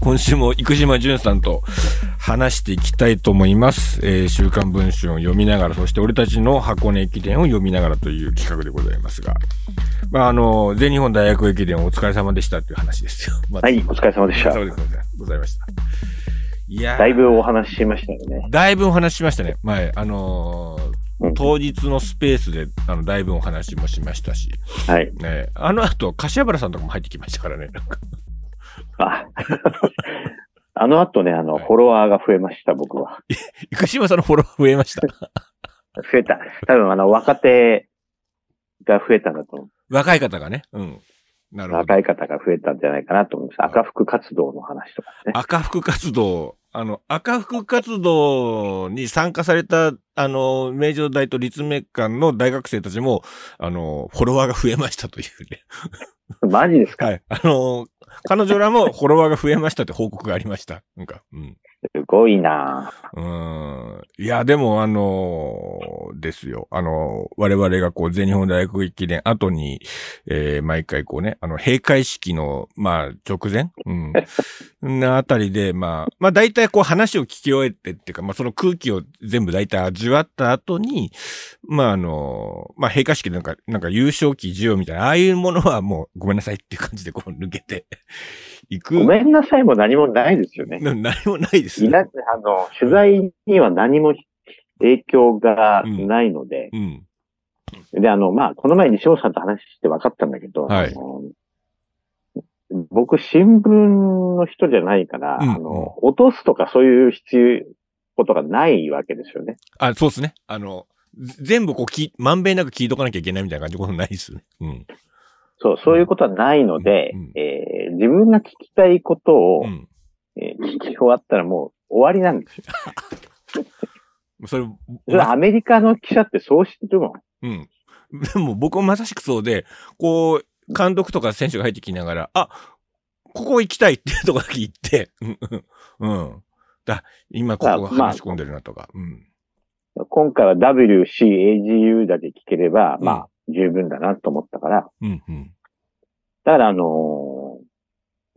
今週も生島淳さんと話していきたいと思います。えー週刊文春を読みながら、そして俺たちの箱根駅伝を読みながらという企画でございますが、まあ、あの、全日本大学駅伝お疲れ様でしたっていう話ですよ。 まあはい、お疲れ様でしたお疲。れ様でございました。いやーだいぶお話ししましたよね。だいぶお話ししましたね。前、あのーうん当日のスペースで、あの、だいぶお話もしましたし、はい。ね、あの後、柏原さんとかも入ってきましたからね。 なんかあ あの後ね、あの、はいフォロワーが増えました、僕は。生島さんのフォロワー増えました。増えた。多分、あの、若手が増えたんだと思う。若い方がね。うん。なるほど。若い方が増えたんじゃないかなと思います。赤服活動の話とかね。赤服活動、あの、赤服活動に参加された、あの、名城大と立命館の大学生たちも、あの、フォロワーが増えましたというね。マジですか、はい。あの、彼女らもフォロワーが増えましたって報告がありました。なんか、うん。すごいなうぁーんいや、でも、あのーですよ。あのー我々がこう、全日本大学駅伝後に、えー毎回こうね、あの、閉会式の、まあ、直前うん。なあたりで、まあ、まあ、大体こう、話を聞き終えてっていうか、まあ、その空気を全部大体味わった後に、まあ、あのーまあ、閉会式でなんか、なんか優勝旗授与みたいな、ああいうものはもう、ごめんなさいっていう感じでこう、抜けていく。ごめんなさいも何もないですよね。な何もないですいな、あの、取材には何も影響がないので、うん。で、あの、まあ、この前西本さんと話して分かったんだけど、はいあの僕、新聞の人じゃないから、うんあの、落とすとかそういう必要、ことがないわけですよね。あ、そうですね。あの、ぜ全部こう聞い、まんべんなく聞いとかなきゃいけないみたいな感じのことないですね。うん。そう、そういうことはないので、うんうんえー自分が聞きたいことを、うん。えー聞き終わったらもう終わりなんですよ。それ、それはアメリカの記者ってそうしてるもん。うん。でも僕もまさしくそうで、こう、監督とか選手が入ってきながら、あ、ここ行きたいっていうとこだけ行って、うんうん。うん。だ、今ここが話し込んでるなとか。うん。今回は WCAGU だけ聞ければ、うんまあ、十分だなと思ったから、うん、うん。だから、あの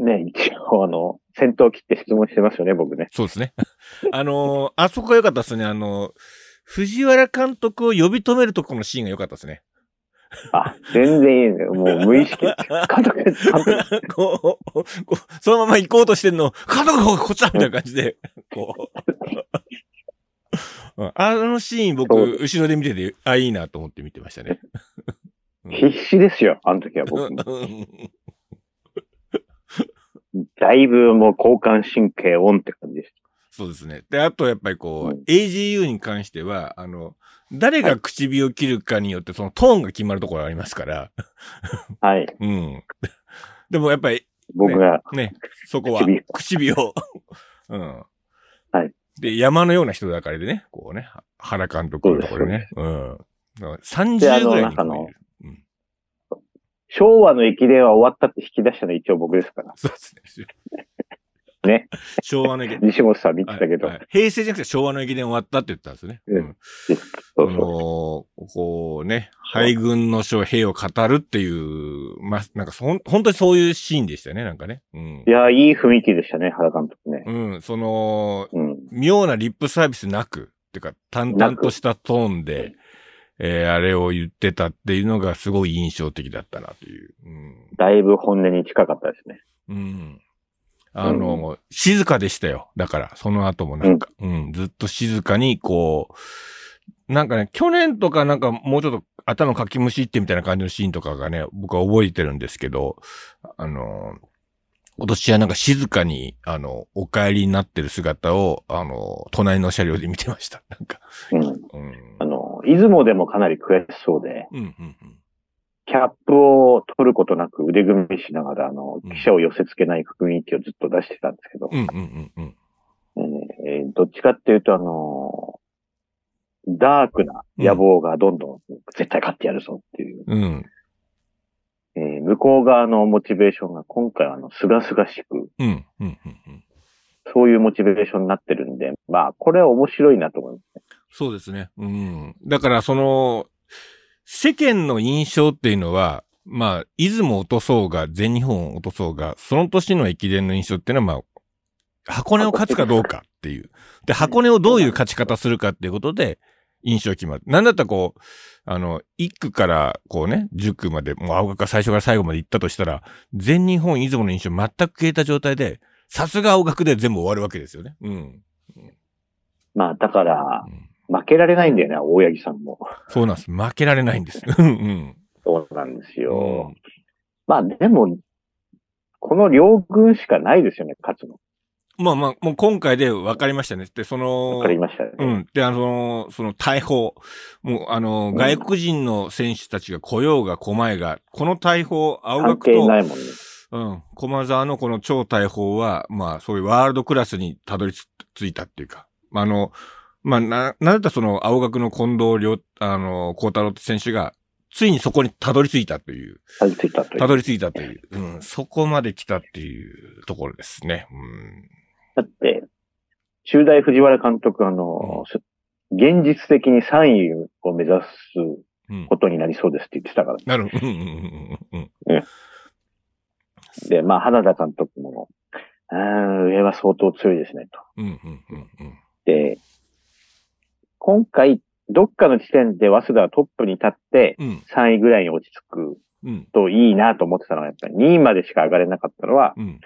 ーね、一応、あの、戦闘機って質問してますよね、僕ね。そうですね。 あのーあそこが良かったですね。あのー藤原監督を呼び止めるとこのシーンが良かったですね。あ、全然いいね。もう無意識。監督、監督 こう、こう、そのまま行こうとしてんの、家族の方がこっちだみたいな感じ で、こう。うんあのシーン僕、そう後ろで見てて、あ、いいなと思って見てましたね。必死ですよ、あの時は僕も。うんだいぶもう交感神経オンって感じです。そうですね。で、あとやっぱりこう、うん AGU に関しては、あの、誰が唇を切るかによってそのトーンが決まるところがありますから、はい。うん。でもやっぱり僕が、ね、そこは唇唇 を、うん。はい。で、山のような人だからでね、こうね、は原監督のところでね。うん。だから30ぐらいにであの中このういう。昭和の駅伝は終わったって引き出したの一応僕ですから。そうですね。ね。昭和の駅伝。西本さん見てたけど。はいはい平成じゃなくて昭和の駅伝終わったって言ったんですね。うんうん。そうあそうのーこうね、敗軍の将兵を語るっていう、まあ、なんかそん、本当にそういうシーンでしたよね、なんかね。うんい。や、いい雰囲気でしたね、原監督ね。うん、その、うん。妙なリップサービスなく、ってか、淡々としたトーンで、えーあれを言ってたっていうのがすごい印象的だったなという。だいぶ本音に近かったですね。うん。うん。あの、静かでしたよ。だから、その後もなんか、うん、ずっと静かに、こう、なんかね、去年とかなんかもうちょっと頭かきむしってみたいな感じのシーンとかがね、僕は覚えてるんですけど、あの、今年はなんか静かに、あの、お帰りになってる姿を、あの、隣の車両で見てました。なんか、うん。うん。あの、出雲でもかなり悔しそうで。うん、うん、うん。キャップを取ることなく腕組みしながら、あのうん、記者を寄せ付けない雰囲気をずっと出してたんですけど、うん、うん、うん、うん。えーえーどっちかっていうと、あのーダークな野望がどんどん絶対勝ってやるぞっていう、うん、えー向こう側のモチベーションが今回はあの、すがすがしく、うん、うん、うん。そういうモチベーションになってるんで、まあ、これは面白いなと思います。そうですね。うん。だから、その、世間の印象っていうのは、まあ、出雲落とそうが、全日本落とそうが、その年の駅伝の印象っていうのは、まあ、箱根を勝つかどうかっていう。で、箱根をどういう勝ち方するかっていうことで、印象決まる。なんだったらこう、あの、1区からこうね、10区まで、もう青学が最初から最後まで行ったとしたら、全日本出雲の印象全く消えた状態で、さすが青学で全部終わるわけですよね。うん。まあ、だからう、ん負けられないんだよね、大八木さんも。そうなんです。負けられないん です。うんそうなんですうん。よ。まあ、でも、この両軍しかないですよね、勝つの。まあまあ、もう今回で分かりましたね。で、その、わかりましたね。うん。で、あの、その大砲。もう、あの、ん外国人の選手たちが来ようが来まいが、この大砲、青関学係と、ないもんね。うん、駒沢のこの超大砲は、まあ、そういうワールドクラスにたどりつついたっていうか、まあ、あの、まあ、な、なぜかその、青学の近藤良、あの、幸太郎選手が、ついにそこにたどり着いたという、たどり着いたといたう。どり着いたという、うん、そこまで来たっていうところですね。うん。だって、中大藤原監督、あの、す現実的に3位を目指すうんこ。とになりそうですって言ってたから。なるほど。うんうんうんうんうん。で、まあ、花田監督も、うーん、上は相当強いですね、と。うんうんうんうん。で、今回、どっかの時点で早稲田はトップに立って、うん3位ぐらいに落ち着くうんといいなと思ってたのは、やっぱり2位までしか上がれなかったのは、うん。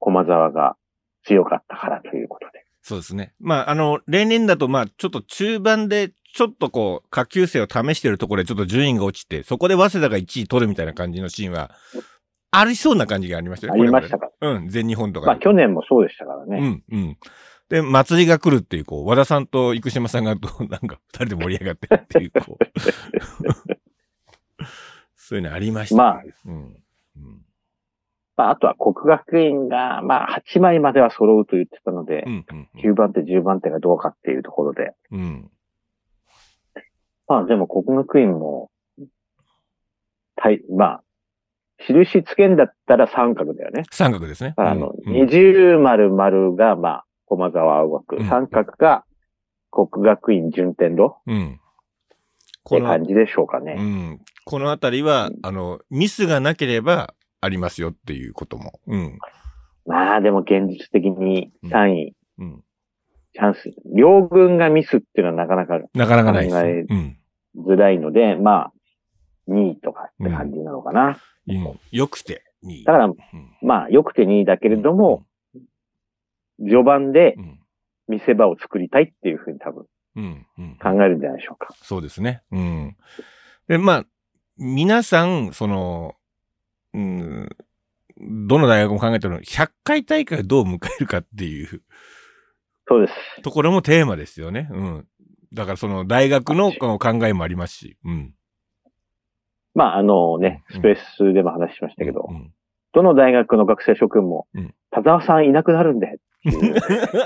駒沢が強かったからということで。そうですね。まあ、あの、例年だと、まあ、ちょっと中盤で、ちょっとこう、下級生を試してるところで、ちょっと順位が落ちて、そこで早稲田が1位取るみたいな感じのシーンは、ありそうな感じがありましたね。ありましたこから。れまでねうん、全日本とかまあ、で。去年もそうでしたからね。うん、うん。で、祭りが来るっていう、こう、和田さんと生島さんが、どう なんか、二人で盛り上がってるっていう、こう。 そういうのありましたね。まあうん。うん。まあ、あとは国学院が、まあ、8枚までは揃うと言ってたので、うん。うん。 9番手、10番手がどうかっていうところで。うん。まあ、でも国学院も、たい、まあ、印つけんだったら三角だよね。三角ですね。あの、うん二重丸丸が、まあ、駒沢青う学、ん三角が国学院順天堂うん。っこての、感じでしょうかね。うん。このあたりは、あの、ミスがなければありますよっていうことも。うん。まあ、でも現実的に3位、うん。チャンス。両軍がミスっていうのはなかなかなかなかないです、考ねえ。うん。づらいので、まあ、2位とかって感じなのかな。うん。よくて、に。だから、うん、まあ、良くて2位だけれども、序盤でうん、うん。見せ場を作りたいっていうふうに多分うん。うん。考えるんじゃないでしょうか。そうですね。うん。で、まあ、皆さん、その、うん、どの大学も考えてるの、100回大会をどう迎えるかっていう そうです。ところもテーマですよね。うん。だからその大学のこの考えもありますし。うん。まあ、あのね、うんスペースでも話しましたけど、うん。どの大学の学生諸君も、うん田沢さんいなくなるんで、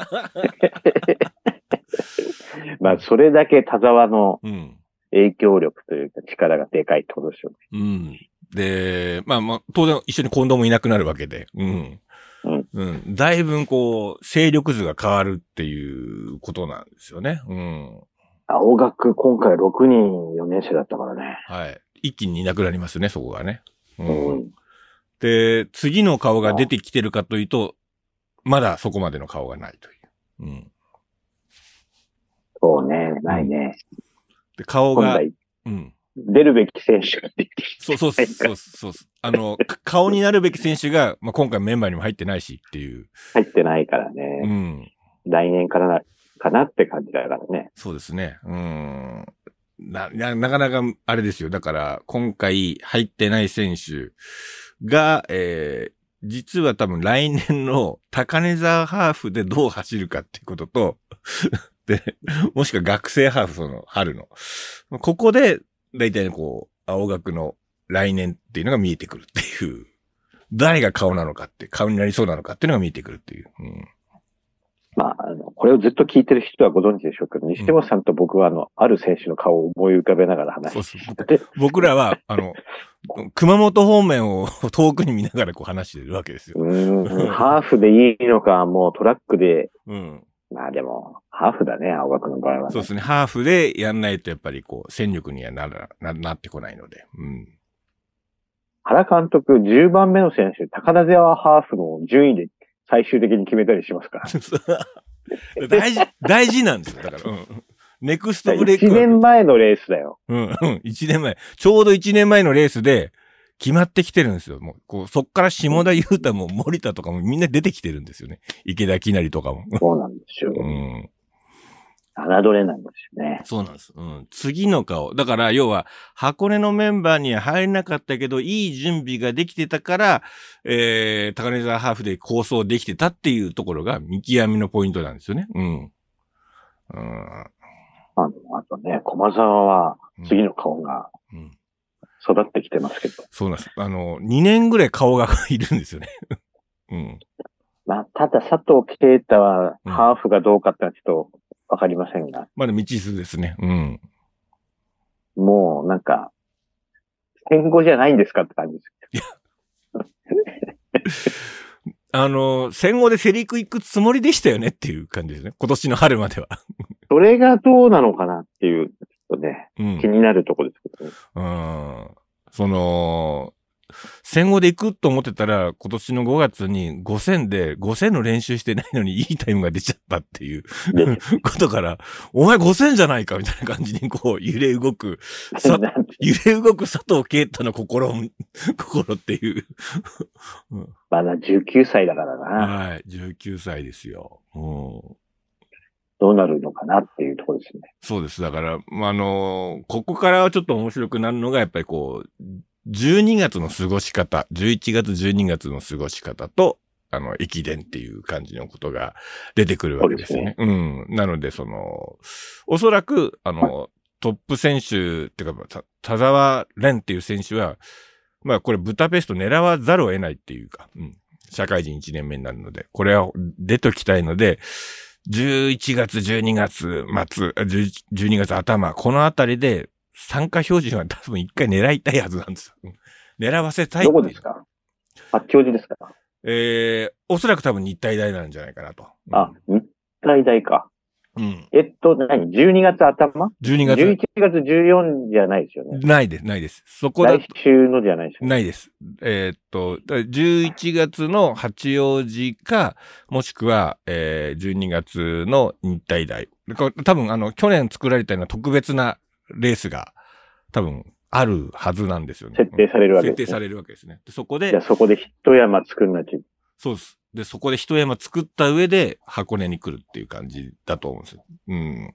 まあ、それだけ田沢のうん。影響力というか力がでかいってことですよね。うん。で、まあまあ、当然一緒に近藤もいなくなるわけで、うん。うん。うん。だいぶこう、勢力図が変わるっていうことなんですよね。うん。青学、今回6人4年生だったからね。はい。一気にいなくなりますね、そこがね。う。うんん。で、次の顔が出てきてるかというと、まだそこまでの顔がないという。うん。そうね、ないね。で、顔今が、回、うん。出るべき選手が出てきて。そうそうそうそうそう。あの、か顔になるべき選手が、まあ、今回メンバーにも入ってないしっていう。入ってないからうね。ん。来年からな、かなって感じだからね。そうですね。うーん。な、な、なかなか、あれですよ。だから、今回入ってない選手が、えー、実は多分来年の高根沢ハーフでどう走るかっていうことと、 で、もしくは学生ハーフ、その、春の。ここで、大体こう、青学の来年っていうのが見えてくるっていう。誰が顔なのかって、顔になりそうなのかっていうのが見えてくるっていう。うん。まあ、あの、これをずっと聞いてる人はご存知でしょうけど、西本さんと僕は、あの、ある選手の顔を思い浮かべながらそう話そう。して、僕らは、 あの、熊本方面を遠くに見ながらこう話してるわけですよ。うーん、ハーフでいいのか、もうトラックで、うん。まあでも、ハーフだね、青学の場合は、そうですね。ハーフでやんないとやっぱりこう、戦力にはなら、な、なってこないので。うん。 原監督、10番目の選手、高田沢ハーフの順位で最終的に決めたりしますから。大事、大事なんですよ。だから、うん。ネクストブレイク1は。年前のレースだよ。うん、うん。一年前。ちょうど一年前のレースで、決まってきてるんですよ。もう、こう、そっから下田裕太も森田とかもみんな出てきてるんですよね。池田きなりとかも。そうなんですよ。うん。侮れないんですよね。そうなんです。うん。次の顔。だから、要は、箱根のメンバーには入れなかったけど、いい準備ができてたから、えー、高根沢ハーフで構想できてたっていうところが見極めのポイントなんですよね。うん。うん。あの、あとね、駒沢はうん次の顔がうん育ってきてますけど、そうなんです。あの、2年ぐらい顔がいるんですよね。 うん。まあ、ただ佐藤啓太はうんハーフがどうかってのはちょっとわかりませんが、まだ未知数ですね。うん。もうなんか、戦後じゃないんですかって感じです。あの、戦後でセリク行くつもりでしたよねっていう感じですね。今年の春までは。それがどうなのかなっていう、ちょっとね、うん気。になるところですけどね。うん。その、戦後で行くと思ってたら、今年の5月に5000で、5000の練習してないのにいいタイムが出ちゃったっていうでことから、お前5000じゃないかみたいな感じにこう揺れ動く、 さなんて揺れ動く佐藤啓太の心も、心っていう。 まだ19歳だからな、はい。19歳ですよ。うん。どうなるのかなっていうところですね。そうです。だから、まあ、あのーここからはちょっと面白くなるのが、やっぱりこう、12月の過ごし方、11月、12月の過ごし方と、あの、駅伝っていう感じのことが出てくるわけですよね。うん。なので、その、おそらく、あの、トップ選手っていうか、た田沢蓮っていう選手は、まあ、これ、ブタペスト狙わざるを得ないっていうか、うん。社会人1年目になるので、これは出ときたいので、11月、12月末、あ11 12月頭、このあたりで参加標準は多分一回狙いたいはずなんですよ。うん狙わせたい。どこですか八王子ですかえー、おそらく多分日体大なんじゃないかなと。うんあ、、日体大か。うん。えっと、何 ?12 月頭12 ?11 月、月14じゃないですよね。ないです、ないです。そこだ来、週のじゃないですよね。ないです。えーっと、だ11月の八王子か、もしくは、えー、12月の日体大。これ多分、あの、去年作られたような特別なレースが、多分、あるはずなんですよね。設定されるわけ設定です、さね。れるわけですね。でそこじゃあで、そこで一山作んなきゃいそうです。で、そこで一山作った上で箱根に来るっていう感じだと思うんですよ。うん。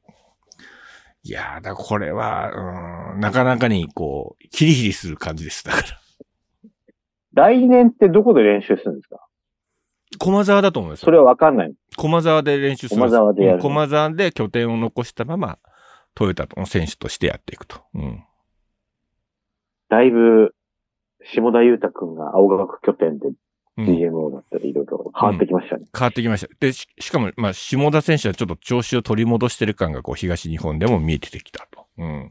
いやー、だからこれは、うん、なかなかに、こう、ヒリヒリする感じです。だから、来年ってどこで練習するんですか駒沢だと思いますそ。れはわかんない。駒沢で練習するんす。駒沢でやるうん駒沢で拠点を残したまま、トヨタの選手としてやっていくと。うん。だいぶ、下田裕太くんが青学拠点でうん、 DMO だったりいろいろ変わってきましたね。変わってきました。で、ししかも、まあ、下田選手はちょっと調子を取り戻してる感が、こう、東日本でも見えてきたと。うん。っ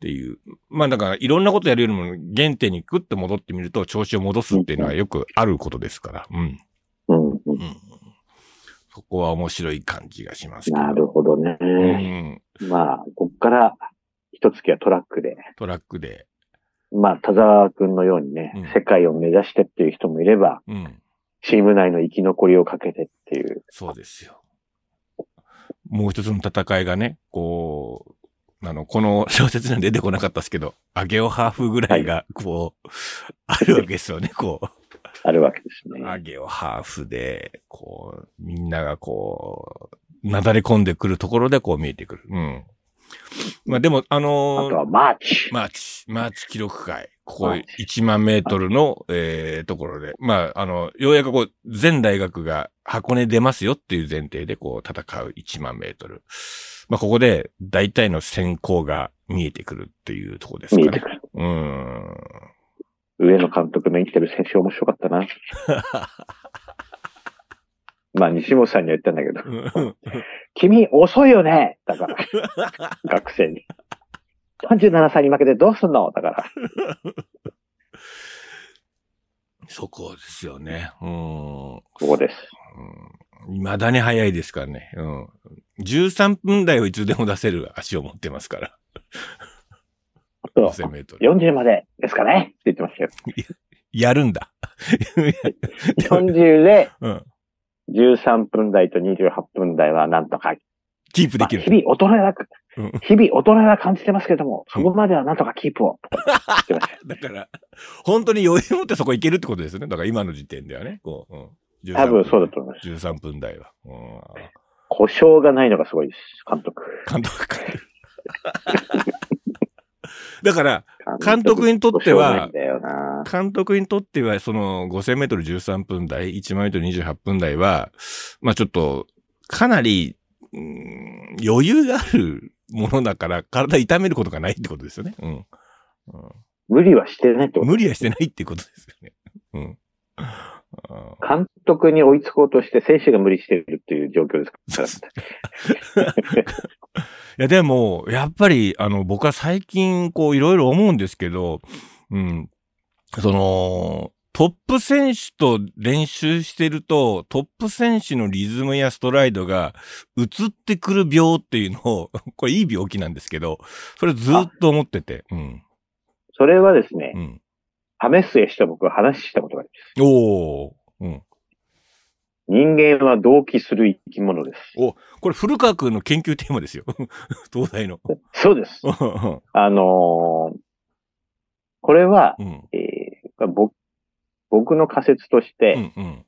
ていう。まあ、だから、いろんなことやるよりも、原点にグッと戻ってみると、調子を戻すっていうのはよくあることですから。うん。うん、うんうん。そこは面白い感じがしますけど。なるほどね。うん。まあ、こっから、一月はトラックで、トラックで。まあ、田沢くんのようにね、うん世界を目指してっていう人もいれば、うん。チーム内の生き残りをかけてっていう。そうですよ。もう一つの戦いがね、こう、あの、この小説には出てこなかったですけど、アゲオハーフぐらいが、こう、あるわけですよね、こあるわけですねう。。アゲオハーフで、こう、みんながこう、なだれ込んでくるところでこう見えてくる。うん。まあでも、ああのとーはマーチ。マーチ、マーチ記録会。ここマー1万メートルの、えーところで。まあ、あの、ようやくこう、全大学が箱根出ますよっていう前提でこう、戦う1万メートル。まあ、ここで大体の先行が見えてくるっていうところですか見えてねく。る。うーん。上野監督の生きてる選手面白かっ たな。まあ、西本さんには言ったんだけど、君遅いよねだから。学生に。37歳に負けてどうすんのだから。 そこですよね。うーん。ここです。うん未だに早いですからね。うん。13分台をいつでも出せる足を持ってますから。あと、 5000メートル。 40までですかねって言ってましたよ。やるんだ。 40でうん。 13分台と28分台はなんとか、キープでまあき日る。々衰えなくうん、日々衰えは感じてますけども、そこまではなんとかキープを。ってましただから、本当に余裕持ってそこ行けるってことですね。だから今の時点ではね。こう、うん。多分そうだと思います。す。13分台は。うん。故障がないのがすごいです、監督。監督か。 だから、監督にとっては故障ないんだよな監督にとっては、その5000メートル13分台、1万メートル28分台は、まあちょっと、かなり、うん余裕があるものだから、体痛めることがないってことですよね。うん。無理はしてないってうんこと。無理はしてないってことですよね。うん。あー監督に追いつこうとして選手が無理してるっていう状況ですから。いや、でも、やっぱり、あの、僕は最近、こう、いろいろ思うんですけど、うん、その、トップ選手と練習してると、トップ選手のリズムやストライドが移ってくる病っていうのを、 これいい病気なんですけど、それずっと思ってて、うん、それはですねう、ん。為末氏と僕は話したことがあります。おー、うん。人間は同期する生き物です。これ古川君の研究テーマですよ。 東大の。 そうです。うあのーこれは、ん、えーぼ僕の仮説としうて、ん、うん、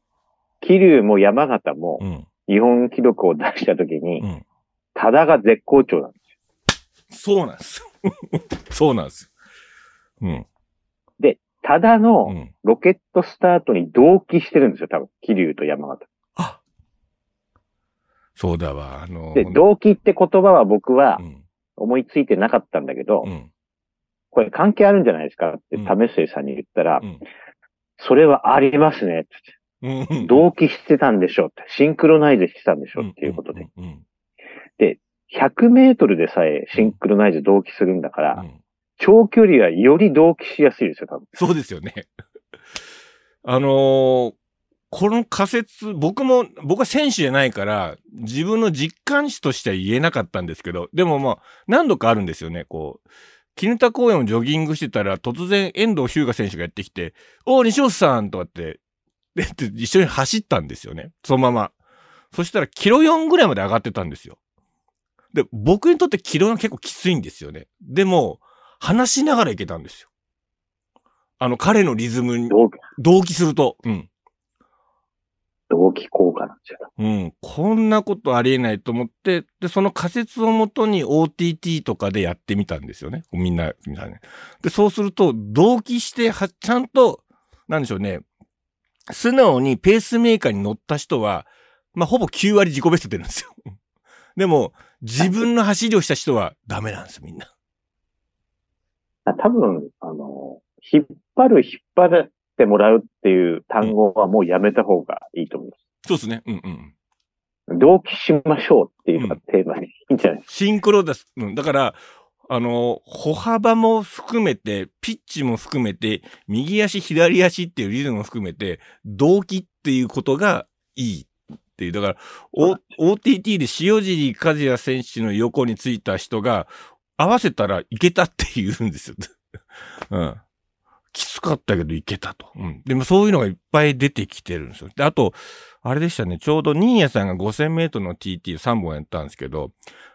桐生も山形もうん。日本記録を出したときにうん、多田が絶好調なんです。そうなんですよ。 そうなんですよ。うん、多田うのん。ロケットスタートに同期してるんですよ、多分。桐生と山形。あそうだわ、あの、で、ほん同期って言葉は僕はうん、思いついてなかったんだけどう、ん、これ関係あるんじゃないですかって、うん為末さんに言ったらう、んそれはありますねって。うんうん。同期してたんでしょうって。シンクロナイズしてたんでしょうっていうことで。うん。うん100メートルでさえシンクロナイズ同期するんだかうら、ん長距離はより同期しやすいですよ、多分。そうですよね。あのーこの仮説、僕も、僕は選手じゃないから、自分の実感値としては言えなかったんですけど、でもまあ、何度かあるんですよね、こう。絹田公園をジョギングしてたら、突然遠藤日向選手がやってきて、おー、西本さんとかって、 で、って一緒に走ったんですよね。そのまま。そしたら、キロ4ぐらいまで上がってたんですよ。で、僕にとってキロ4結構きついんですよね。でも、話しながら行けたんですよ。あの、彼のリズムに同期、同期すると。うん。同期効果なんですよ。うん。こんなことありえないと思って、で、その仮説をもとに OTT とかでやってみたんですよね。みんな、みんなね。で、そうすると、同期しては、ちゃんと、なんでしょうね。素直にペースメーカーに乗った人は、まあ、ほぼ9割自己ベスト出るんですよ。 でも、自分の走りをした人はダメなんですよ、みんな。あ多分、あの、引っ張る、引っ張ってもらうっていう単語はもうやめた方がいいと思います。そうですね。うんうん。同期しましょうっていうのがテーマにいいんじゃないですシンクロだす。うんだから、あの、歩幅も含めて、ピッチも含めて、右足、左足っていうリズムも含めて、動機っていうことがいいっていう。だから、お OTT で塩尻和也選手の横についた人が、合わせたらいけたって言うんですよ。 うん。きつかったけどいけたと。うん。でもそういうのがいっぱい出てきてるんですよ。で、あと、あれでしたね、ちょうど新谷さんが5000メートルの TT3 本やったんですけど、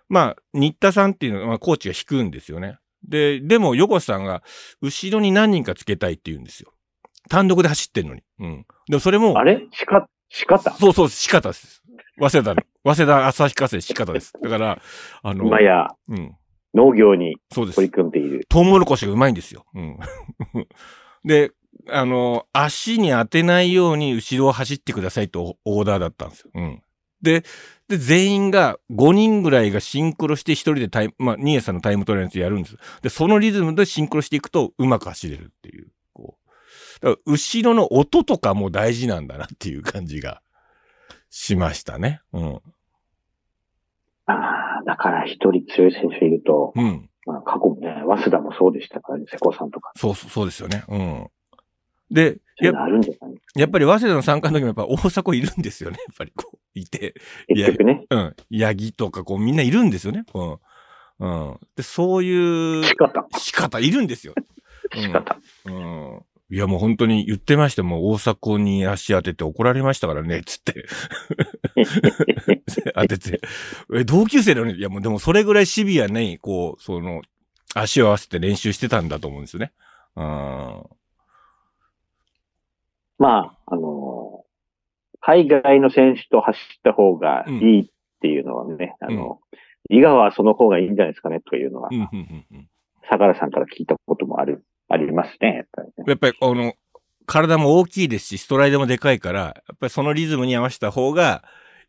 まあ、新田さんっていうのは、まあ、コーチが引くんですよね。で、でも、横瀬さんが、後ろに何人かつけたいって言うんですよ。単独で走ってんのに。うん。でも、それも、か。あれしか、しかたそうそう、仕方です。早稲田の、早稲田旭化成仕方です。だから、あの、今やうん、農業にそうです取。り組んでいる。トウモロコシがうまいんですよ。うん。 で、あの、足に当てないように後ろを走ってくださいとオーダーだったんですよ。うん。で、で、全員が5人ぐらいがシンクロして1人でタイム、まあ、ニエさんのタイムトレーニングやるんです。で、そのリズムでシンクロしていくとうまく走れるっていう。こう。だから、後ろの音とかも大事なんだなっていう感じがしましたね。うん。ああ、だから一人強い選手いると、うん。まあ、過去もね、早稲田もそうでしたからね、瀬古さんとか。そうそう、そうですよね。うん。で、そういやうのあるんじゃないやっぱり早稲田の参加の時もやっぱ大阪いるんですよね。 やっぱりこう、いて。いや結局ね、うん。八木とかこうみんないるんですよね。うん。うん。で、そういう仕方、仕方いるんですよ。仕方。うん。うん。いや、もう本当に言ってました。もう大阪に足当てて怒られましたからね、つって。 当てて。え、同級生だよね。いや、もうでもそれぐらいシビアに、こう、その、足を合わせて練習してたんだと思うんですよね。うん。まあ、あのー海外の選手と走った方がいいっていうのはね、んあの、伊賀はその方がいいんじゃないですかねというのはう、ん、うん、うんうん。相良さんから聞いたこともある、ありますね、やっぱりね。やっぱり、あの、体も大きいですし、ストライドもでかいから、やっぱりそのリズムに合わせた方が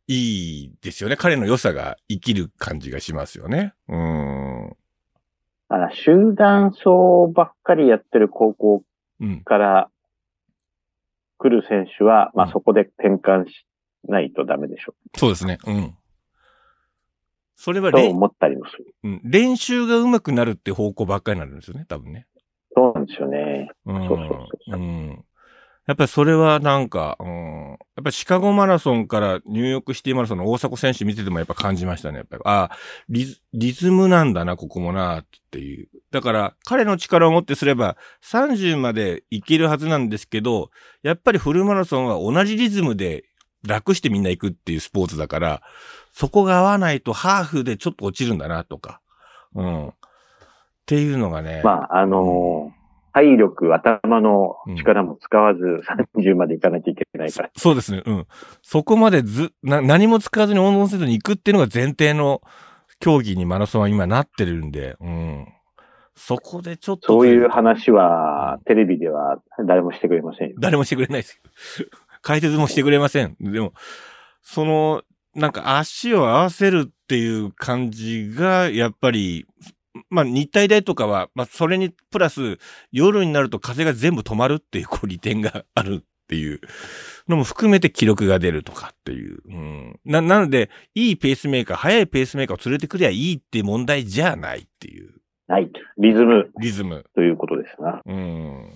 いいですよね。彼の良さが生きる感じがしますよね。うん。うあの集団走ばっかりやってる高校ん。から来る選手は、まうあんそこで転換しないとダメでしょそうですね。うん。それはう。とれん、思ったりもする。うん練習が上手くなるって方向ばっかりになるんですよね、多分ね。そうなんですよね。うんそうそううそうん。やっぱりそれはなんか、うん、やっぱシカゴマラソンからニューヨークシティマラソンの大迫選手見ててもやっぱ感じましたね。やっぱり、あリズ、リズムなんだな、ここもな、っていう。だから、彼の力を持ってすれば、30までいけるはずなんですけど、やっぱりフルマラソンは同じリズムで楽してみんな行くっていうスポーツだから、そこが合わないとハーフでちょっと落ちるんだな、とか。うん。っていうのがね。まあ、あのー体力、頭の力も使わず30までいかなきゃいけないから。そそう ですね。うん。そこまでず、な、何も使わずに温存せずに行くっていうのが前提の競技にマラソンは今なってるんで、うん。そこでちょっと。そういう話は、テレビでは誰もしてくれませんよ。誰もしてくれないです。 解説もしてくれません。でも、その、なんか足を合わせるっていう感じが、やっぱり、まあ日体大とかは、まあそれにプラス夜になると風が全部止まるっていうこう利点があるっていうのも含めて記録が出るとかっていう。うん、な、なので、いいペースメーカー、速いペースメーカーを連れてくりゃいいっていう問題じゃないっていうないと。リズムリズム。ということですな。うん。っ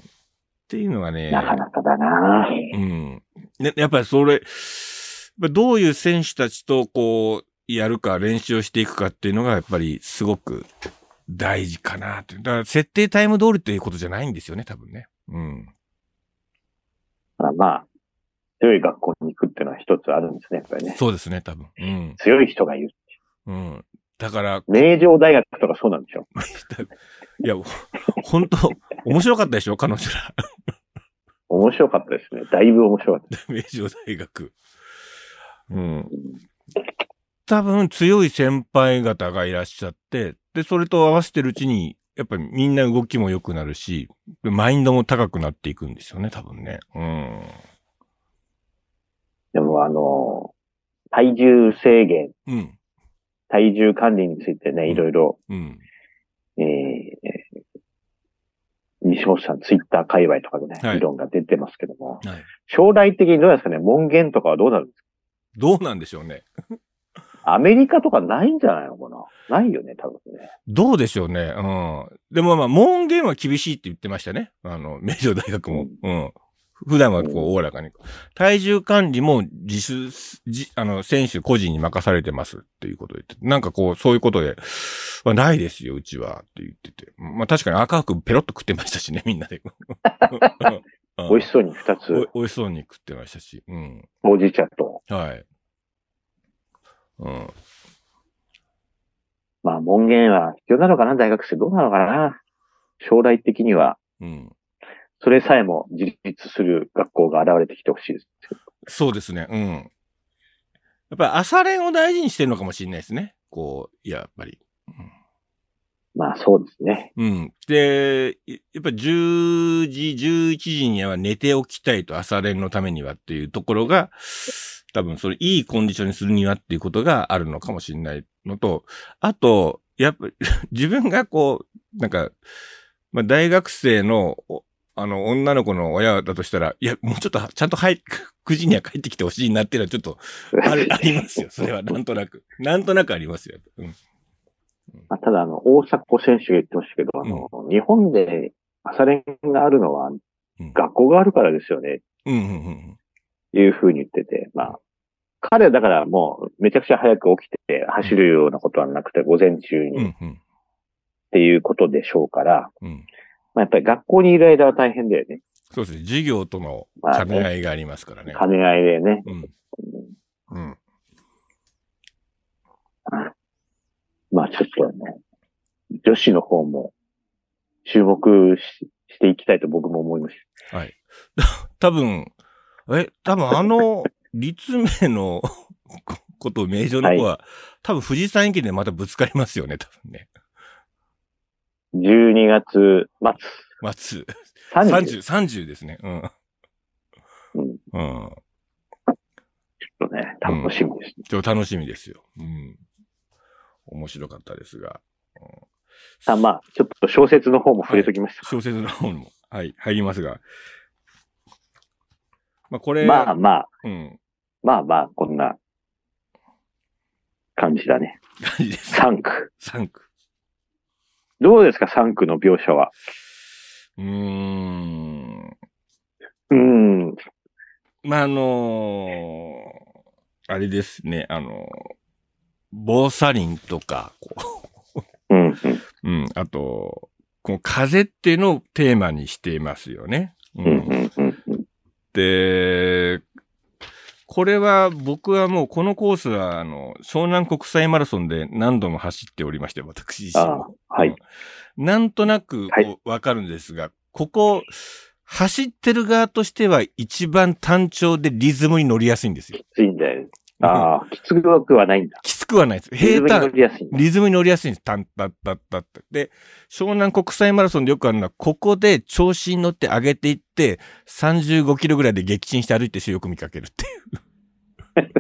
ていうのがね。なかなかだなうん。ね、やっぱりそれ、やっぱどういう選手たちとこう、やるか練習をしていくかっていうのがやっぱりすごく大事かなって。だから設定タイム通りということじゃないんですよね、多分ね。うん。だからまあ、強い学校に行くっていうのは一つあるんですね、やっぱりね。そうですね、多分。うん。強い人がいる。うん。だから、名城大学とかそうなんでしょ。いや、ほ本当面白かったでしょ彼女ら。面白かったですね。だいぶ面白かった。 名城大学。うん。多分強い先輩方がいらっしゃって、で、それと合わせてるうちに、やっぱりみんな動きも良くなるし、でマインドも高くなっていくんですよね、多分ね。うでもあの、体重制限、ん。うん。体重管理についてね、いろいろ、うん。えー西本さん、ツイッター界隈とかでね、はい議論が出てますけども、はい。将来的にどうなんですかね、門限とかはどうなるんですどうなんでしょうね。かアメリカとかないんじゃないのかなないよね、多分ね。どうでしょうね。うん。でもまあ、門限は厳しいって言ってましたね。あの、名城大学も。うん。普段はこう、おおらかに。体重管理も自主、じ、あの、選手個人に任されてますっていうことを言って、なんかこう、そういうことで、はないですよ、うちは、って言ってて。まあ確かに赤くペロッと食ってましたしね、みんな で。うん美味しそうに二つ、お美味しそうに食ってましたし。うん。ほうじ茶と。はい。うん。まあ、門限は必要なのかな大学生どうなのかな将来的には、うん。それさえも自立する学校が現れてきてほしいです。そうですね。うん。やっぱり朝練を大事にしてるのかもしれないですね。こう、いや、やっぱり。まあ、そうですね。うん。で、いやっぱ10時、11時には寝ておきたいと朝練のためにはっていうところが、多分それいいコンディションにするにはっていうことがあるのかもしれないのと、あと、やっぱ 自分がこう、なんか、まあ、大学生の、おあの、女の子の親だとしたら、いや、もうちょっとは、ちゃんとはい、9時には帰ってきてほしいなっていうのはちょっとある、ありますよ。それは、なんとなく。なんとなくありますよ。うん。 まあ、ただ、あの、大迫選手が言ってましたけど、あの、日本で朝練があるのはうん、学校があるからですよね、うん、うん、うん。いうふうに言ってて、まあ、彼はだからもう、めちゃくちゃ早く起きて走るようなことはなくて、午前中うにっん、うん。ていうことでしょうから、うん。まあ、やっぱり学校にいる間は大変だよね。そうですね。授業との兼ね合いがありますからね。兼ね合いでね。うん。うん。まあちょっとね、女子の方も注目ししていきたいと僕も思います。はい。 多分、え、多分あの、立命の ここと名城の子は、多分富士山駅でまたぶつかりますよね、多分ね。 12月松。末、30 30、30ですね。うん。うんうん。とね、楽しみですね。ちょっと楽しみですよ。うん。面白かったですが。うんさあまあ、ちょっと小説の方も触れときました。小説の方にも、はい、入りますが。まあ、これ、まあまあ、うん、まあまあ、こんな感じだね。感じです。 3区。 3区。どうですか、3区の描写は。うーん。うーん。まあ、あのーあれですね、あのー防砂林とか、こうん、うん。う、うん、あと、この風っていうのをテーマにしていますよね。ううん、うん、うんうん。で、これは僕はもうこのコースは、あの、湘南国際マラソンで何度も走っておりまして、私自身あも。あ、はい。なんとなくはいこうわかるんですが、ここ、走ってる側としては一番単調でリズムに乗りやすいんですよ。きついんだよ。ああ、きつくはないんだ。 きつくはないです。リ平ズムに乗坦。りやすいんだ。リズムに乗りやすいんです。タンタッタッタッタッで、湘南国際マラソンでよくあるのは、ここで調子に乗って上げていって、35キロぐらいで撃沈して歩いてる人よく見かけるっていう。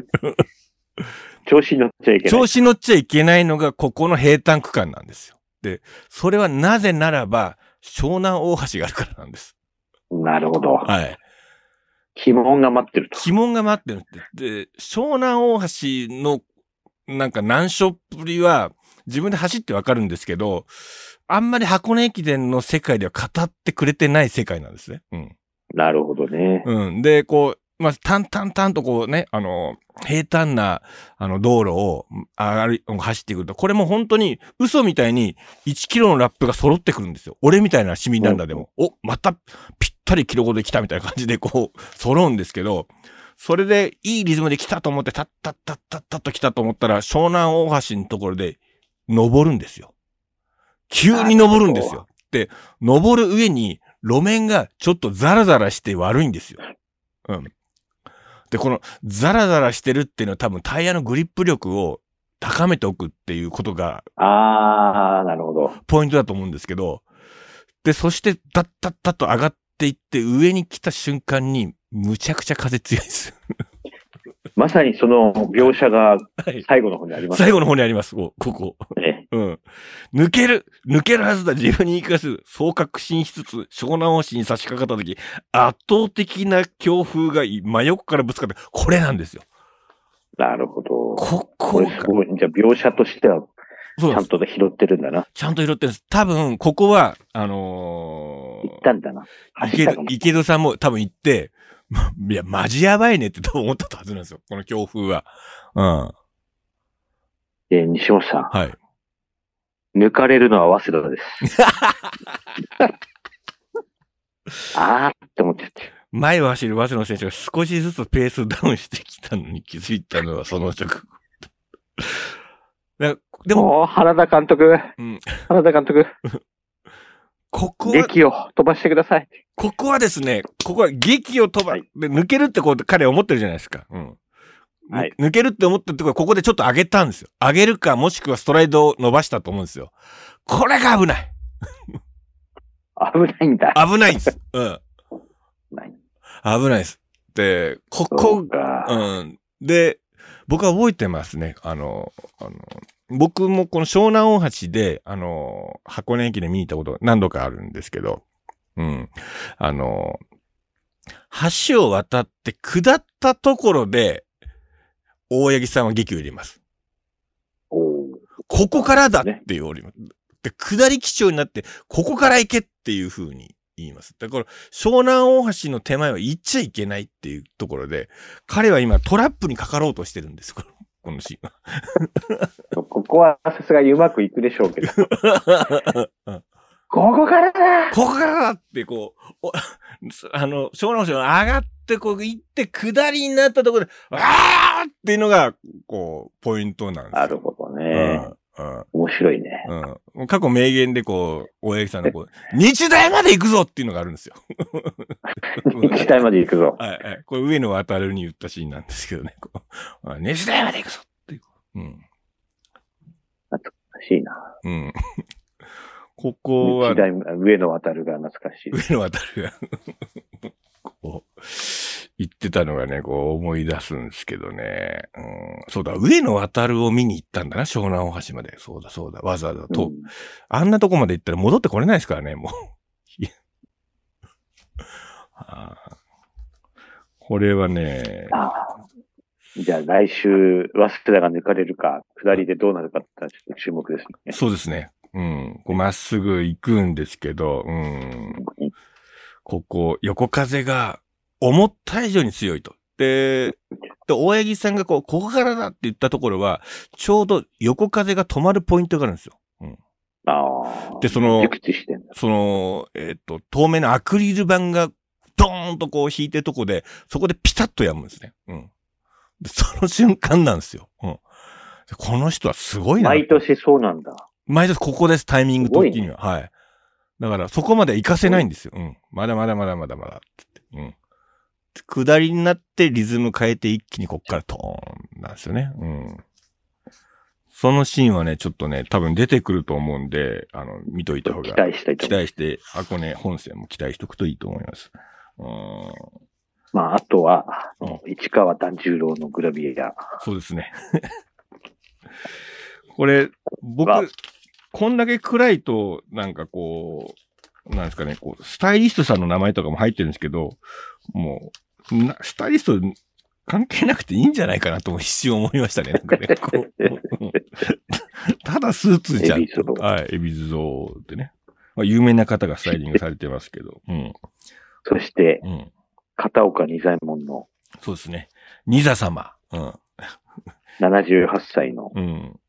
調子に乗っちゃいけない。調子乗っちゃいけないのが、ここの平坦区間なんですよ。で、それはなぜならば、湘南大橋があるからなんです。なるほど。はい。鬼門が待ってると。鬼門が待ってるって。で、湘南大橋の、なんか難所っぷりは、自分で走ってわかるんですけど、あんまり箱根駅伝の世界では語ってくれてない世界なんですね。うん。なるほどね。うん。で、こう、まあ、淡々淡とこうね、あの、平坦な、あの、道路を、ある、走ってくると、これも本当に、嘘みたいに、1キロのラップが揃ってくるんですよ。俺みたいな市民なんだでも、お、また、ぴったりキロごと来たみたいな感じで、こう、揃うんですけど、それで、いいリズムで来たと思って、たったったったったっと来たと思ったら、湘南大橋のところで、登るんですよ。急に登るんですよ。で、登る上に、路面がちょっとザラザラして悪いんですよ。うん。で、このザラザラしてるっていうのは多分タイヤのグリップ力を高めておくっていうことがああ、なるほど。ポイントだと思うんですけど、で、そしてダッタッタッと上がっていって上に来た瞬間にむちゃくちゃ風強いです。まさにその描写がはい。最後の方にありますね。最後の方にあります。こここ。ね。うん。抜ける抜けるはずだ自分に言い聞かせるそう確信しつつ、湘南大橋に差し掛かった時、圧倒的な強風が真横からぶつかって、これなんですよ。なるほど。こここれがすごい。じゃあ描写としてはそうなんちゃでんす。と拾ってるんだな。ちゃんと拾ってるんです。多分、ここは、あの行ったんだな。ー、走池っ戸たかも。池戸さんも多分行って、まいや、マジやばいねって多分思ったはずなんですよ。この強風は。うん。えー西本さん。はい。抜かれるのは早稲 田です。あーって思っちゃって。前を走る早稲田の選手が少しずつペースダウンしてきたのに気づいたのはその直後。 だからででも、も、原田監督、うん原田監督、ここは、劇を飛ばしてください。ここはですね、ここは劇を飛ば、はいで抜けるってこう彼は思ってるじゃないですか。うん。ぬはい抜けるって思ったところ、ここでちょっと上げたんですよ。上げるか、もしくはストライドを伸ばしたと思うんですよ。これが危ない危ないんだ。危ないんです。うん。危ない。危ないです。で、こそこう、か。うん。で、僕は覚えてますね。あの、あの、僕もこの湘南大橋で、あの、箱根駅で見に行ったこと何度かあるんですけど、うん。あの、橋を渡って下ったところで、大八木さんは劇を入れます。おーここからだっていう折ります。で、下り基調になって、ここから行けっていう風に言います。だから、湘南大橋の手前は行っちゃいけないっていうところで、彼は今トラップにかかろうとしてるんです、このこのシーンここはさすがにうまくいくでしょう けど。こは。こからだここからだってこう、お すあの、小直師匠が上がって、こう、行って、下りになったところで、あーっていうのが、こう、ポイントなんですよ。なるほどね。うん。うん面白いね。うん。過去名言でこう、大江さんのこう、日大まで行くぞっていうのがあるんですよ。日大まで行くぞ。はいはい。これ上野渡るに言ったシーンなんですけどね。こうあ日大まで行くぞっていう。うん。懐かしいな。うん。 ここは日、大、上野渡るが懐かしい。上野渡るが、 こう、言ってたのがね、こう思い出すんですけどね。うん、そうだ、上野渡るを見に行ったんだな、湘南大橋まで。そうだそうだ、わざわざと、うんあんなとこまで行ったら戻ってこれないですからね、もう。 いやあーこれはね、ああじゃあ来週、早稲田が抜かれるか、下りでどうなるかってのはちょっと注目ですね。そうですね。うん。こうまっすぐ行くんですけど、うん。ここ、横風が思った以上に強いと。で、で大八木さんがこう、ここからだって言ったところは、ちょうど横風が止まるポイントがあるんですよ。ああ。でその熟知してんだ。その、えっ、と、透明なアクリル板がドーンとこう引いてるとこで、そこでピタッとやむんですね。うん。でその瞬間なんですよ。うん。でこの人はすごいな。毎年そうなんだ。毎年ここです、タイミング時には。はい。だから、そこまで行かせないんですよ。うん。まだまだまだまだまだって言って。うん。下りになってリズム変えて一気にこっからトーンなんですよね。うん。そのシーンはね、ちょっとね、多分出てくると思うんで、あの、見といた方期が。待したいと期思い待して、箱根本線も期待しとくといいと思います。うーん。ます。まあ、あとはうん、市川團十郎のグラビエが、そうですね。これ、僕わ、こんだけ暗いと、なんかこう、なんですかね、こう、スタイリストさんの名前とかも入ってるんですけど、もう、なスタイリスト関係なくていいんじゃないかなとも一瞬思いましたね。なんかねこううんただスーツじゃん恵比寿像。はい、エビズ像ってね。まあ、有名な方がスタイリングされてますけど。うん。そして、うん。片岡二左衛門のそうですね。ニザ様。うん。 78歳のうん。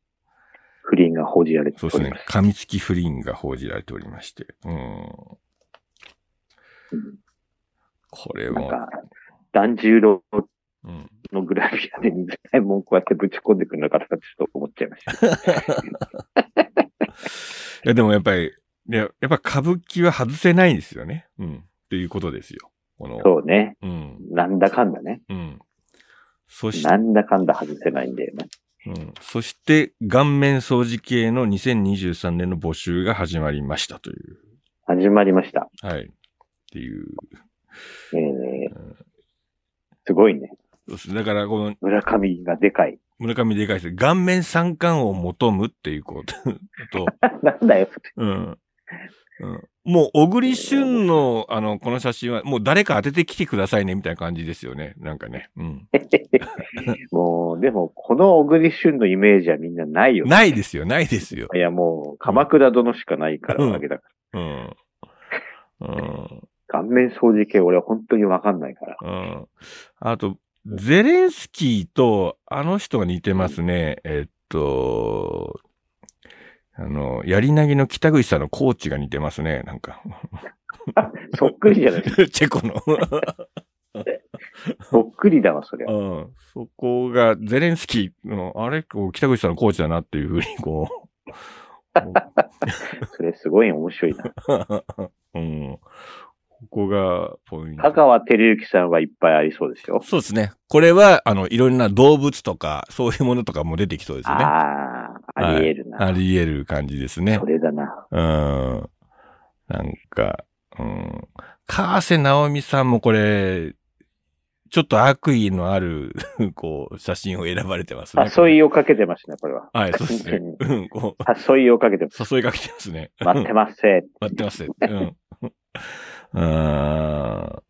不倫が報じられてそうですおりねます。。噛みつき不倫が報じられておりまして。うん。これなんも、か、團十郎うん。のグラビアで二左衛門こうやってぶち込んでくるのかとかちょっと思っちゃいま した。いや、でもやっぱり、いややっぱ歌舞伎は外せないんですよね。うん。っていうことですよ。この、そうね。うん。なんだかんだね。うん。そして、なんだかんだ外せないんだよね。うん。そして、顔面掃除系の2023年の募集が始まりましたという。始まりました。はい。っていう。えーうんすごいね。そうですだから、この村上がでかい。村上でかいです。顔面三冠を求むっていうことと、 なんだよ。うん。うんもう、小栗旬の、あの、この写真は、もう誰か当ててきてくださいね、みたいな感じですよね。なんかね。うん。もう、でも、この小栗旬のイメージはみんなないよね。ないですよ、ないですよ。いや、もう、鎌倉殿しかないから、うんあれだかうん。うん。ら。顔面掃除系、俺は本当にわかんないから。うん。あと、ゼレンスキーと、あの人が似てますね。えっと、あの、やり投げの北口さんのコーチが似てますね。なんか。 そっくりじゃないですか。チェコの。そっくりだわ、それは。うん。そこが、ゼレンスキーの、あれ、こう、北口さんのコーチだなっていうふうに、こ それすごい面白いな。う、うん。ここがポイン香ト。川照之さんはいっぱいありそうですよ。そうですね。これは、あの、いろんな動物とか、そういうものとかも出てきそうですよね。ああ、ありえるな。あり得る感じですねそ。れだな。うん。なんか、うん。川瀬直美さんもこれ、ちょっと悪意のある、こう、写真を選ばれてますね。誘いをかけてますね、これは。はい、そうですね。うん、こう、誘いをかけてます。誘いかけてますね。待ってますせ。待ってます。うん。うーん。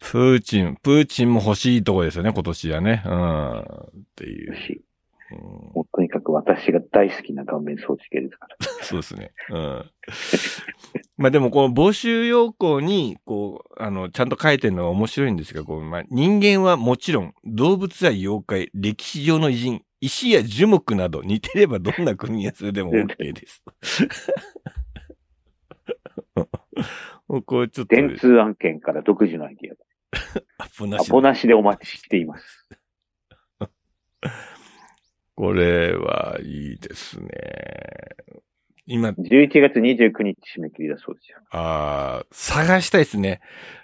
プーチン、プーチンも欲しいとこですよね、今年はね。うん。っていう。うんもうとにかく私が大好きな顔面掃除系ですから。そうですね。うん。まあでも、この募集要項に、こう、あの、ちゃんと書いてるのは面白いんですが、こう、まあ、人間はもちろん、動物や妖怪、歴史上の偉人、石や樹木など似てればどんな組み合わせでも OK です。 もうこれちょっと、電通案件から独自のアイディアポなア。アしだポなしでお待ちしています。これはいいですね。今、 11月29日締め切りだそうですよ。ああ、探したいですね。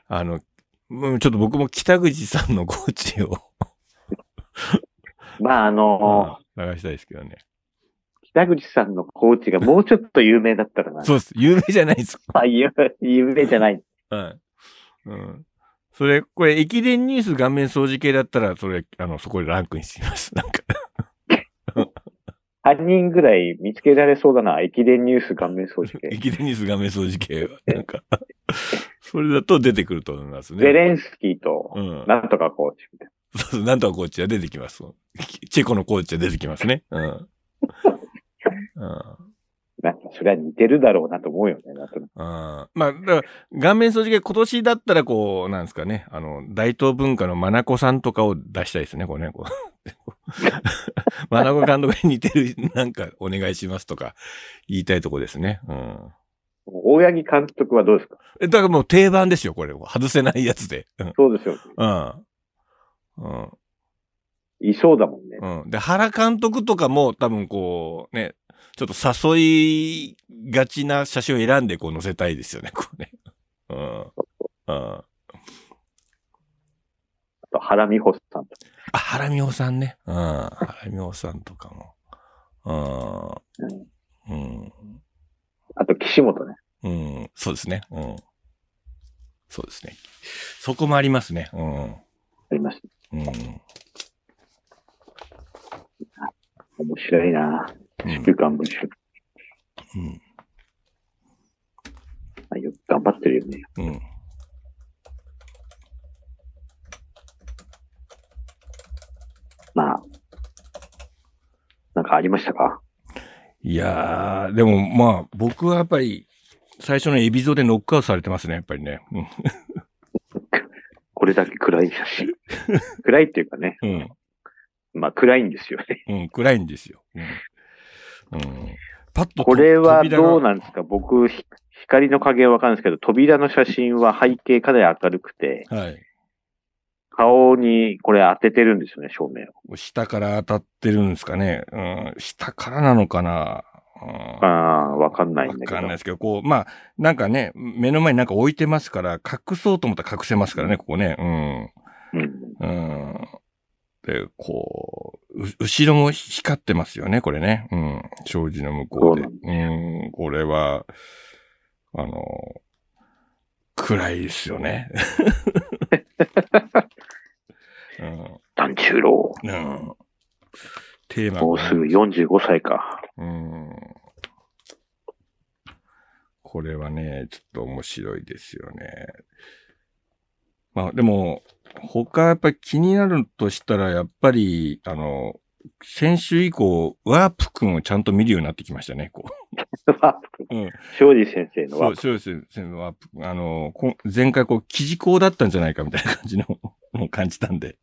あの、もうちょっと僕も北口さんのコーチをまあ、あの探したいですけどね。北口さんのコーチがもうちょっと有名だったらな。そうです。有名じゃないですか。あ、有有名じゃない。はい。うん。それ、これ、駅伝ニュース顔面掃除系だったら、それ、あの、そこでランクにしてみます。なんか、犯人ぐらい見つけられそうだな。駅伝ニュース顔面掃除系。駅伝ニュース顔面掃除系は、なんか、それだと出てくると思いますね。ゼレンスキーとう、ん。なんとかコーチみたいそうそう、なんとかコーチは出てきます。チェコのコーチは出てきますね。うん。うんな。なんか、それは似てるだろうなと思うよね。なんとなくあーまあ、だから、顔面掃除系、今年だったら、こう、なんですかね、あの、大東文化のマナコさんとかを出したいですね、これね。こう マナコ監督に似てる、なんか、お願いしますとか、言いたいとこですね。うん。大八木監督はどうですかえだからもう定番ですよ、これ。外せないやつで。うん。そうですよ。うん。うん。いそうだもんね。うん。で、原監督とかも多分こう、ね、ちょっと誘いがちな写真を選んでこう載せたいですよね、こうね。 うん。うん。あと、原美穂さんと。あ、原美穂さんね。うん。原美穂さんとかも。うん。うん。あと、岸本ね。うん。そうですね。うん。そうですね。そこもありますね。うありました。ん。うん。面白いなうん週刊文春。うん。あよく頑張ってるよね。うん。まあ。なんかありましたかいやー、でもまあ、僕はやっぱり、最初のエビゾでノックアウトされてますね、やっぱりね。うん。これだけ暗い写 真。暗いっていうかね。うん。まあ暗いんですよね。うん、暗いんですよ。うん。うん、パッとこれはどうななんですか僕、ひ光の加減わかんないですけど、扉の写真は背景かなり明るくて、はい。顔にこれ当ててるんですよね、照明を。下から当たってるんですかね。うん、下からなのかな。うん、ああ、わかんないわんだけかんないどで。すけど、こう、まあ、なんかね、目の前になんか置いてますから、隠そうと思ったら隠せますからね、ここね。うん。ううん。んで、こう、う後ろも光ってますよね、これね。うん。障子の向こうで。そううん。これは、あの、暗いですよ ね。 うん團十郎。うん。テーマがもうすぐ45歳か。うん。これはね、ちょっと面白いですよね。まあでも、他やっぱり気になるとしたら、やっぱり、あの、先週以降、ワープくんをちゃんと見るようになってきましたね、こワープう。うん。庄司先生のそワう、ープそうです先生ワープくん。あの、こ前回こう、記事校だったんじゃないかみたいな感じの、もう感じたんで、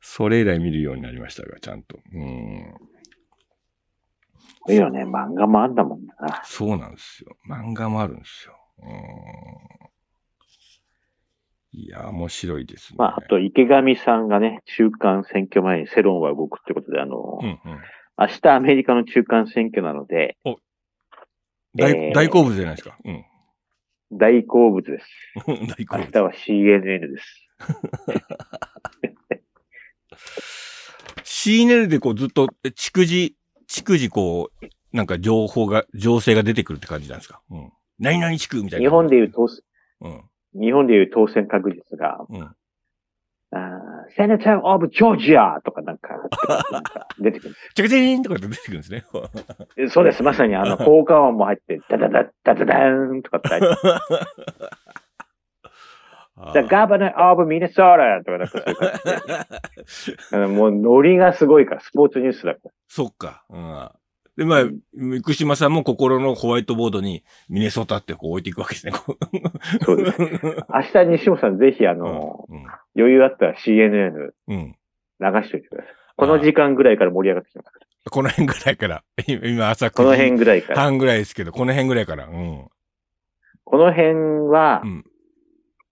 それ以来見るようになりましたが、ちゃんと。うん。いいよね。漫画もあんだもんな。そうなんですよ。漫画もあるんですよ。うーん。いや、面白いですね。まあ、あと池上さんがね、中間選挙前に世論は動くってことで、あの、うんうん。明日アメリカの中間選挙なので、大,、えー大好物じゃないですか。うん。大好物です。 大好明物日。は CNN です。 CNL でこうずっと、え逐次、逐次こう、なんか情報が、情勢が出てくるって感じなんですか。うん。何々地区みたいな。日本でいう当選、うん。日本でいう当選確実が、うん。セネターオブジョージアとかなんか、なんか出てくるんでチャカチャンとかって出てくるんですね。すよ。そうです。まさに あの、効果音も入って、ダダダダダダーンとかって入って、あじゃーガバナーオブミネソータとかなんかそういう感じで あのもうノリがすごいから、スポーツニュースだから。そっか。うん。で、まあ、福島さんも心のホワイトボードに、ミネソタってこう置いていくわけですね。こうそ うです。明日西本さんぜひあの、うん。余裕あったら CNN うん。流しておいてください。この時間ぐらいから盛り上がってきますから。この辺ぐらいから。今、朝9時 この辺ぐらいから。半ぐらいですけど、この辺ぐらいから。うん。この辺は、うん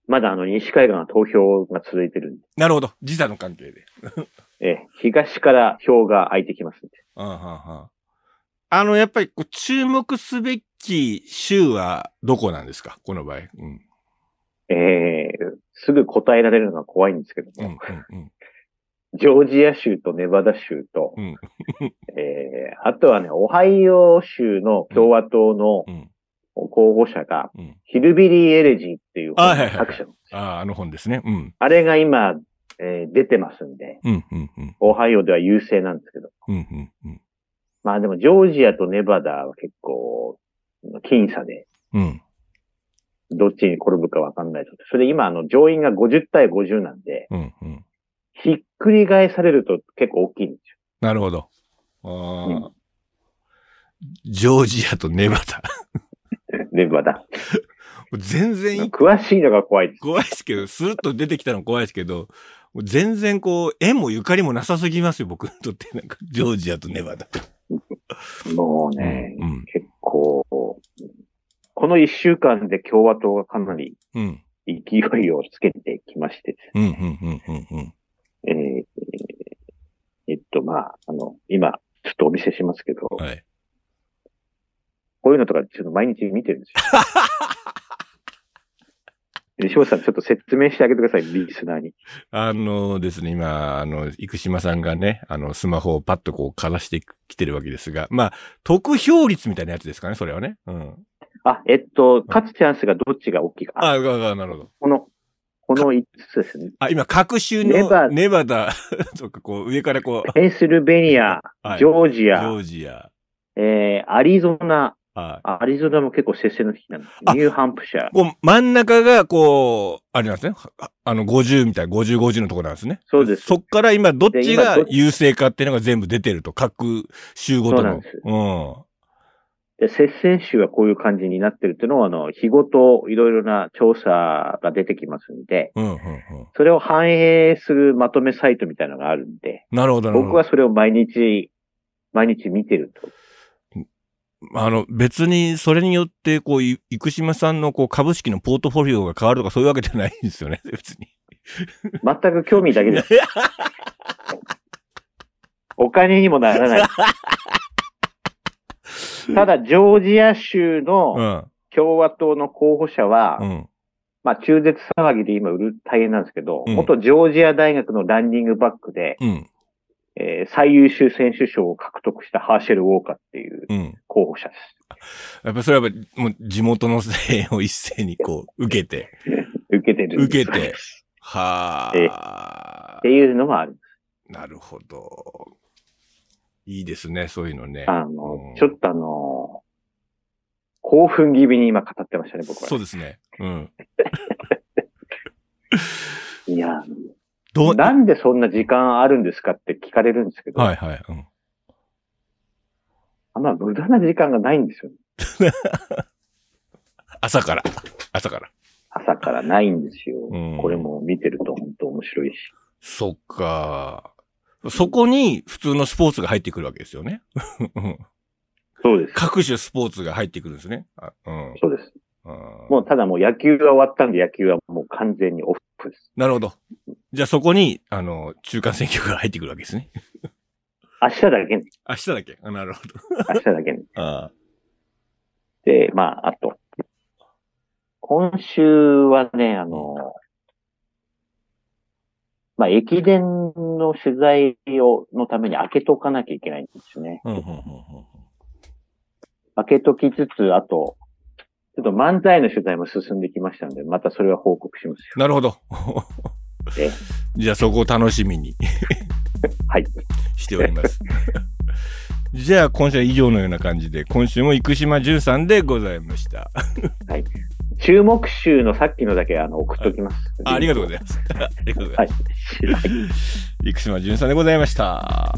まだあの、西海岸は投票が続いてるんで、なるほど。時差の関係で。ええ東から票が空いてきますんで。うんうんうんあの、やっぱりこう注目すべき州はどこなんですかこの場合。うん。ええすぐ答えられるのが怖いんですけどうん。うも、ん。うん。ジョージア州とネバダ州と、うんええあとはね、オハイオ州の共和党のうん。候補者が、うん。ヒルビリーエレジーっていうあはいはいはい作者の、ああ、あの本ですね。うん。あれが今、えー出てますんで、うん。うん。うん。オハイオでは優勢なんですけど。うん。うん。うん。まあでも、ジョージアとネバダは結構、僅差で、うん。どっちに転ぶかわかんないと。それで今、あの、上院が50対50なんで、うん。うん。ひっくり返されると結構大きいんですよ。なるほど。ああ。ジョージアとネバダ。ネバダ。全然いい詳しいのが怖いです。怖いですけど、スルッと出てきたの怖いですけど、もう全然こう、縁もゆかりもなさすぎますよ、僕にとって。なんか、ジョージアとネバダ。もううね、ん。結構、この一週間で共和党がかなりうん。勢いをつけてきましてですねうん。うん。うん。うん。うん。えーえっと、まあ、あの、今、ちょっとお見せしますけど、うん。こはい。ういうのとか、ちょっと毎日見てる んですよ。西本さん、ちょっと説明してあげてください、リスナーに。あのですね、今、あの、生島さんがね、あの、スマホをパッとこう、かざしてきてるわけですが、まあ、得票率みたいなやつですかね、それはね。うん。あ、えっと、勝つチャンスがどっちが大きいか。あああ、なるほど。この、この5つですね。あ、今、各州ネのバネバダ とか、こう、上からこペンシルベニア、う、はい、ジョージア、ジョージア。えー、アリゾナ、はい。あアリゾナも結構接戦の日なんですあ。ニューハンプシャー。こう、真ん中が、こう、あれなんですね。ああの、50みたいな、50、50のところなんですね。そうですそっから今、どっちで今がどっ優勢かっていうのが全部出てると、各州ごとそうなの。んですうで、接戦州はこういう感じになってるっていうのは、あの、日ごといろいろな調査が出てきますんで、ん。うん、うん、うん。それを反映するまとめサイトみたいなのがあるんで、なるほど、なるほど。僕はそれを毎日、毎日見てると。あの、別に、それによって、こう、い生島さんの、こう、株式のポートフォリオが変わるとか、そういうわけじゃないんですよね、別に。全く興味だ けです。お金にも ならない。ただ、ジョージア州うのん。共和党の候補者は、うん。まあ中絶騒ぎで今売る大変なんですけど、うん元ジョージア大学のランニングバックで、うん。えー最優秀選手賞を獲得したハーシェル・ウォーカーっていううん。候補者です。やっぱそれはやっぱ、もう、地元の声援を一斉に、こう、受けて。 受けてる。受けて。はええあ。っていうのもある。なるほど。いいですね、そういうのね。あのうん、ちょっとあの、興奮気味に今語ってましたね、僕は。そうですね。うん。いや、どう、はなんでそんな時間あるんですかって聞かれるんですけど、いはい。うん、あんま無駄な時間がないんですよ。朝から。朝から。朝からないんですよ。うんこれも見てると本当面白いし。そっか。そこに普通のスポーツが入ってくるわけですよね。 うんそうです。各種スポーツが入ってくるんですね。あうん。そうです。うんもうただもう野球が終わったんで野球はもう完全にオフです。なるほど。じゃあそこに、あの、中間選挙が入ってくるわけですね。明日だ けね、明日だっけあなるほど。明日だけね。あで、まあ、あと。今週はね、あの、まあ、駅伝の取材を、のために開けとかなきゃいけないんですよね。あ。うん、うん、うん開けときつつ、あと、ちょっと漫才の取材も進んできましたので、またそれは報告しますよ。なるほどええ。 じゃあそこを楽し みに。はい。しております。 じゃあ今週は以上のような感じで今週も生島淳さんでございました。注目集のさっきのだけ、あの、送っときます。あありがとうご いざいます。ありがとうございはまいす。。生島淳さんでございました。